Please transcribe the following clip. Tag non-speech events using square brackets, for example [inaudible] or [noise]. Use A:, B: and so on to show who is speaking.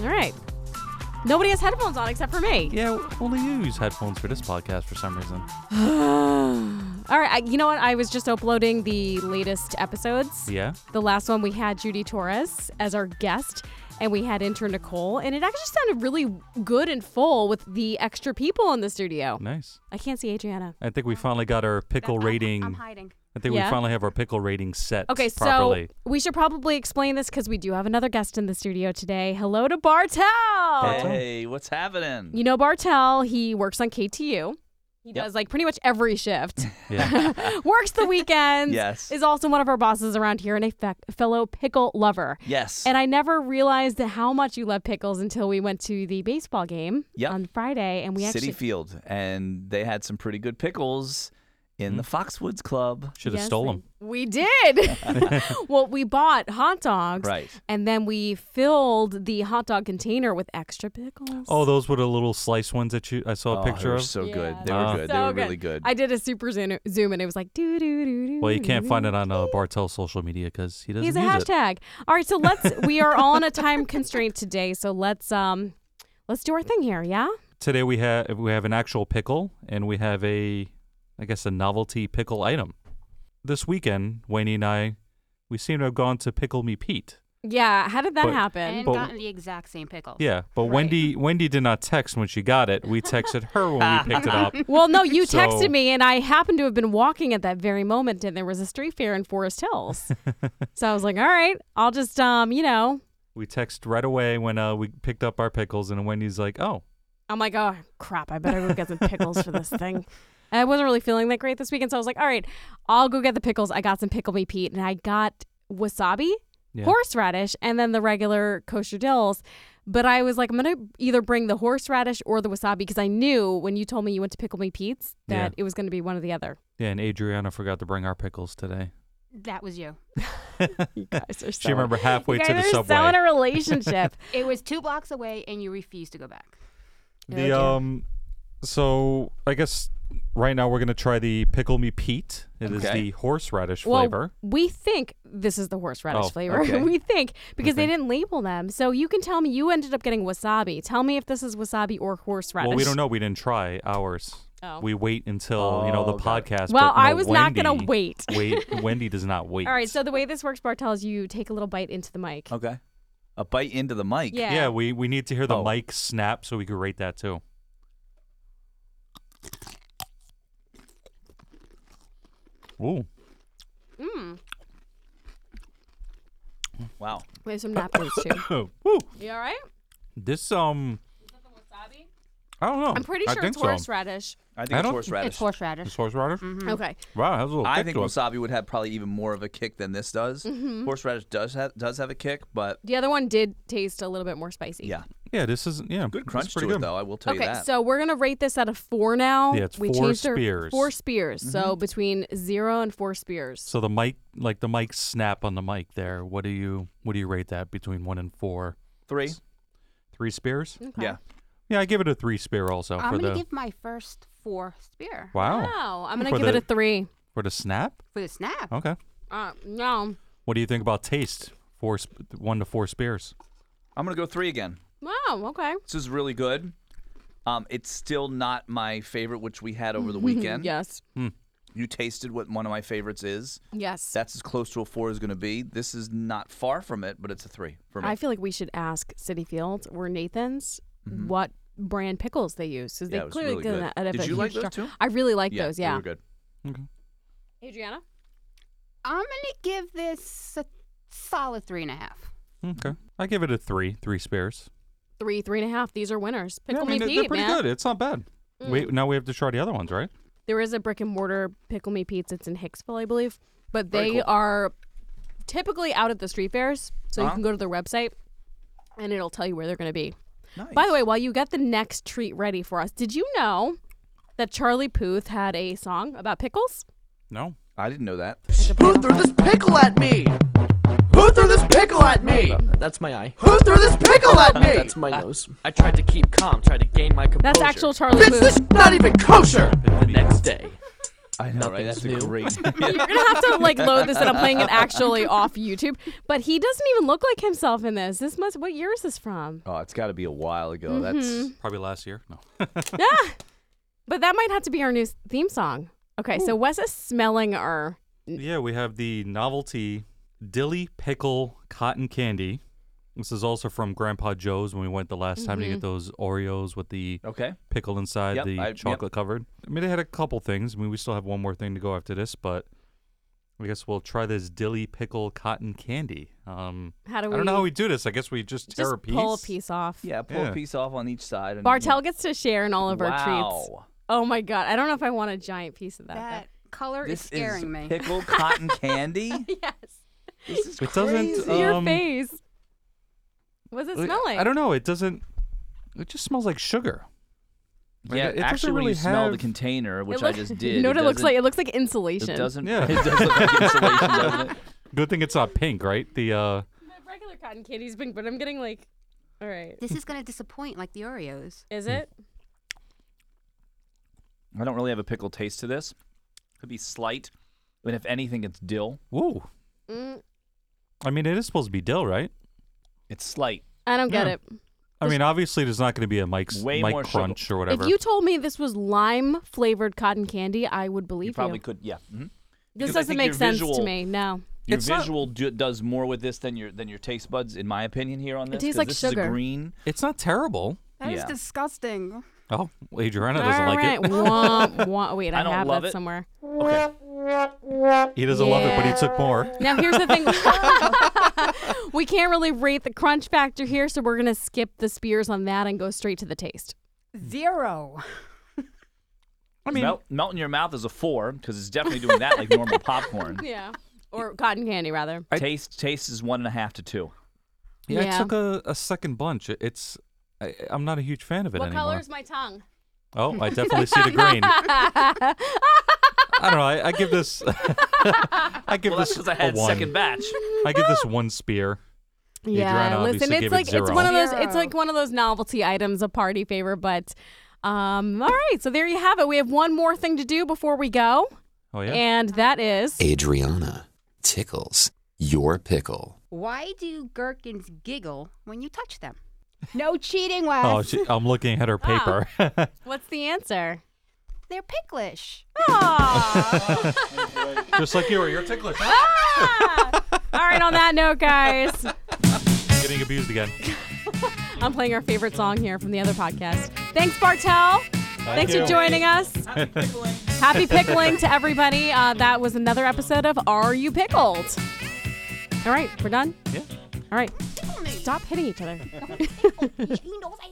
A: All right. Nobody has headphones on except for me.
B: Yeah, only you use headphones for this podcast for some reason.
A: [sighs] All right. I, you know what? I was just uploading the latest episodes.
B: Yeah?
A: The last one we had Judy Torres as our guest, and we had intern Nicole, and it actually sounded really good and full with the extra people in the studio.
B: Nice.
A: I can't see Adriana.
B: I think we finally got our pickle
C: I'm-
B: rating.
C: I'm hiding.
B: I think
A: Yeah?
B: we finally have our pickle rating set
A: Okay,
B: properly.
A: so we should probably explain this because we do have another guest in the studio today. Hello to Bartel.
B: Bartel.
D: Hey, what's happening?
A: You know Bartel, he works on KTU. He does like pretty much every shift.
B: yeah.
A: works
D: [laughs]
A: the weekends.
D: Yes.
A: Is also one of our bosses around here and a fe- fellow pickle lover.
D: yes.
A: And I never realized that how much you love pickles until we went to the baseball game
D: Yep.
A: on Friday and we actually
D: City Field, and they had some pretty good pickles in
B: Hmm?
D: the Foxwoods Club.
B: Should have
A: Yes,
B: stole them.
A: We
D: [laughs]
A: did. [laughs] well, we bought hot dogs.
D: Right.
A: And then we filled the hot dog container with extra pickles.
B: Oh, those were the little slice ones that you I saw a
D: Oh, they
B: picture
D: were
B: of.
D: so good.
A: Yeah.
D: They
B: Wow.
D: were good. they
A: So
D: were really good.
A: I did a super zoom, zoom and it was like doo doo doo doo.
B: well, you can't
A: doo,
B: find
A: doo.
B: it on uh, Bartel's social media because he doesn't
A: He's a
B: use it.
A: hashtag. All right, so let's. we are all on a time constraint today, so let's um, let's do our thing here. Yeah.
B: Today we have we have an actual pickle and we have a I guess a novelty pickle item. This weekend, Wayne and I we seem to have gone to Pickle Me Pete.
A: Yeah. How did that
B: But-
A: happen?
C: And
B: But-
C: gotten the exact same pickle.
B: Yeah, but Wendy Wendy did not text when she got it. We texted her when
A: [laughs]
B: we picked it up.
A: well, no, you
B: So-
A: texted me, and I happened to have been walking at that very moment, and there was a street fair in Forest
B: [laughs]
A: Hills. so I was like, all right, I'll just um, you know,
B: We text right away when uh, we picked up our pickles, and Wendy's like,
A: [laughs]
B: "Oh,
A: I'm like, oh crap, I better go get some pickles for this thing. And I wasn't really feeling that great this weekend, so I was like, all right, I'll go get the pickles. I got some pickle me Pete, and I got wasabi,
B: Yeah.
A: horseradish, and then the regular kosher dills. But I was like, I'm gonna either bring the horseradish or the wasabi because I knew when you told me you went to Pickle Me Pete's that
B: Yeah.
A: it was gonna be one or the other.
B: [laughs] yeah." And Adriana forgot to bring our pickles today. [laughs]
C: That was you.
A: [laughs] You guys are so
B: She remember halfway
A: you guys
B: to the
A: are
B: subway.
A: so in
B: [laughs]
A: a relationship.
C: It was two blocks away, and you refused to go back.
B: the um, so I guess right now we're gonna try the pickle me Pete. It is
D: Okay.
B: the horseradish
A: well,
B: flavor.
A: we think this is the horseradish
B: Oh,
A: flavor. [laughs]
D: okay.
A: we think because they
B: Okay.
A: didn't label them. So you can tell me you ended up getting wasabi. Tell me if this is wasabi or horseradish.
B: Well, we don't know. We didn't try ours.
A: Oh.
B: We wait until you know the
D: Oh, got
B: podcast.
A: Well,
B: but, you know,
A: I was not gonna
B: Wendy-
A: wait.
B: wait, Wendy does not wait.
A: [laughs] All right. So the way this works, Bartel, is you take a little bite into the mic.
D: okay. A bite into the mic.
A: Yeah.
B: yeah, we we need to hear the
D: Oh.
B: mic snap so we can rate that too. Ooh.
A: Mm.
D: Wow.
A: We have some napkins too.
B: Oh, woo.
A: You all right?
B: This um,
A: Wasabi.
B: I don't know.
A: I'm pretty
B: I
A: sure
B: think
A: it's Mm-hmm. horseradish.
D: I think
B: I
D: it's
B: don't-
D: horseradish.
C: It's
B: So. It's
C: horseradish.
B: horseradish.
A: Okay.
B: Wow, that was a little
D: I
B: kick
D: think
B: to it.
D: wasabi would have probably even more of a kick than this does.
A: Mm-hmm.
D: Horseradish does have does have a kick, but
A: The other one did taste a little bit more spicy.
D: yeah,
B: Yeah, this is yeah.
D: good
B: it's
D: crunch to
B: pretty
D: it
B: good.
D: though. I will tell you
A: Okay,
D: that.
A: so we're gonna rate this out of four now.
B: Yeah, it's
A: we
B: four
A: changed our-
B: spears.
A: Four spears.
D: Mm-hmm.
A: So between zero and four spears.
B: So the mic, like the mic snap on the mic there. What do you what do you rate that between one and four?
D: Three.
B: Three spears?
D: Yeah.
B: Yeah, I give it a three spear also
C: I'm
B: for
C: gonna
B: the
C: give my first four spear
B: wow
A: Wow. Oh, I'm gonna
B: For
A: give it
B: the-
A: a three.
B: for the snap.
C: for the snap.
B: Okay.
A: Uh, no.
B: What do you think about taste? Four sp- one to four spears.
D: I'm gonna go three again.
A: Wow. Okay.
D: This is really good. Um, it's still not my favorite, which we
A: [laughs]
D: had over the weekend.
A: Yes.
D: You tasted what one of my favorites is.
A: Yes.
D: That's as close to a four as going to be. This is not far from it, but it's a three for me.
A: I feel like we should ask City Fields or Nathan's what brand pickles they use because
D: Mm-hmm. Yeah, it
A: they
D: was
A: clearly
D: really
A: did
D: good.
A: that out of
D: Did
A: a
D: you like
A: huge
D: those
A: jar.
D: too?
A: I really like
D: yeah,
A: those.
D: they
A: Yeah.
D: were good.
B: Okay.
A: Adriana.
C: I'm gonna give this a solid three and a half.
B: Okay. I give it a three three spears.
A: Three, three and a half. These are winners.
B: Yeah,
A: Pickle
B: I mean
A: me
B: they're,
A: Pete,
B: they're pretty
A: man.
B: good. It's not bad. Wait, now we have to try the other ones, right?
A: There is a brick and mortar Pickle Me Pete's. It's in Hicksville, I believe, but
D: Very
A: they
D: cool.
A: are typically out at the street fairs, so you
D: Uh-huh.
A: can go to their website and it'll tell you where they're going to be.
D: Nice.
A: By the way, while you got the next treat ready for us, did you know that Charlie Puth had a song
B: [laughs]
A: about pickles?
B: No.
D: I didn't know that.
E: Who threw this pickle at me? Who threw this pickle at me?
F: That's my eye.
E: Who threw this pickle at me?
F: That's my nose. I tried to keep calm, tried to gain my composure.
A: That's actual Charlie
E: Bitch,
A: Puth.
E: this not even kosher.
F: The next day,
D: I know,
F: Nothing's
D: right? That's a
F: new.
D: great.
A: You're gonna have to like load this, and I'm playing it
B: [laughs]
A: actually off YouTube. But he doesn't even look like himself in this. This must. What year is this from?
D: oh, it's got to be a while ago.
A: Mm-hmm.
D: That's
B: Probably last year. No.
A: But that might have to be our new s- theme song. Okay, so Wes is smelling her.
B: Yeah, we have the novelty dilly pickle cotton candy. This is also from Grandpa Joe's when we went the last time to get those Oreos with the
D: okay.
B: pickle inside,
D: Yep,
B: the
D: I- yep.
B: chocolate covered. I mean, they had a couple things. I mean, we still have one more thing to go after this, but I guess we'll try this dilly pickle cotton candy. Um,
A: How do
B: I
A: we?
B: don't know how we do this. I guess we just, tear
A: just
B: a piece.
A: pull a piece off.
D: Yeah, pull
B: Yeah.
D: a piece off on each side. And
A: Bartel gets to share in all of our treats.
D: wow.
A: Oh my god, I don't know if I want a giant piece of that.
C: That color
D: This
C: is scaring
D: is
C: me. [laughs]
D: pickled
A: [laughs]
D: cotton candy.
A: but- yes,
D: This is
B: It
D: crazy.
B: doesn't.
A: your
B: um,
A: face. What's it
D: uh,
B: like,
A: smell like?
B: I don't know. It doesn't. It just smells like sugar. Like,
D: Yeah,
B: it- it doesn't
D: actually, when
B: really
D: you smell the
B: have-
D: container, which
A: it look- [laughs]
D: I just did,
A: You know what it, looks
D: doesn't-
A: like? It looks like insulation.
D: It doesn't.
B: Yeah.
D: [laughs] It does look
A: [laughs]
D: like insulation, doesn't it?
B: Good thing it's not pink, right? The uh,
A: My regular cotton candy's pink, but I'm getting like, all right.
G: This is going to disappoint like the Oreos.
A: Is it?
D: I don't really have a pickle taste to this. Could be slight, and if anything, it's dill.
B: whoa.
A: Mm,
B: I mean, it is supposed to be dill, right?
D: It's slight.
A: I don't get
B: Yeah.
A: it.
B: I mean, obviously, there's not going to be a Mike's
D: Way more
B: Mike
D: sugar.
B: Crunch or whatever.
A: If you told me this was lime flavored cotton candy, I would believe
D: You
A: you.
D: probably could. Yeah. mhm.
A: This
D: because I
A: doesn't
D: think
A: make
D: your
A: sense to
D: visual-
A: me.
D: [laughs]
A: No.
D: Your
B: It's not-
D: visual do, does more with this than your than your taste buds, in my opinion. Here on this,
A: tastes
D: 'cause
A: like
D: this is
A: sugar.
D: a green.
B: it's not terrible.
C: That is
D: Yeah.
C: disgusting.
B: Oh, well, Adriana
A: All
B: doesn't
A: right.
B: like
A: Womp, womp.
D: [laughs]
A: Wait, I,
D: I don't
A: have
D: love
A: that
D: it.
A: somewhere.
D: Okay.
B: it. He doesn't love it, but he took more.
A: Now here's the [laughs] thing. we can't really rate the crunch factor here, so we're gonna skip the spears on that and go straight to the taste.
C: Zero.
D: I mean, melt, melt in your mouth is a four because it's definitely doing that like normal popcorn.
A: Yeah. Or cotton candy rather.
D: Taste taste is one and a half to two.
B: Yeah,
A: Yeah.
B: I took a, a second bunch. It- It's I, I'm not a huge fan of it
A: What
B: anymore.
A: color's my tongue?
B: Oh,
A: [laughs]
B: I definitely see the green. I don't know. I, I give this. [laughs] I give
D: Well, that's
B: this
D: because I
B: a
D: had
B: one.
D: second batch.
B: I give this one spear.
A: Yeah,
B: Adriana
A: listen,
B: obviously gave
A: it's
B: it
A: like it's
B: zero.
A: one of those it's
C: Zero.
A: like one of those novelty items, a party favor, but um all right, so there you have it. We have one more thing to do before we go,
B: Oh yeah.
A: and that is
H: Adriana tickles your pickle.
G: Why do gherkins giggle when you touch
C: [laughs]
G: them?
C: No cheating, Wes.
B: oh, she, I'm looking at her paper.
A: [laughs] what's the answer?
C: They're [laughs] picklish.
A: Aw. [laughs]
B: Just like you were, you're ticklish.
A: Ah! all right, on that note, guys,
B: Getting abused again.
A: I'm playing our favorite song here from the other podcast. Thanks, Bartel. Thanks for
B: you.
A: joining us. Happy pickling. Happy pickling to everybody. Uh, that was another episode of Are You Pickled? All right, we're done.
B: Yeah.
A: All right. Stop hitting each other.
G: He knows I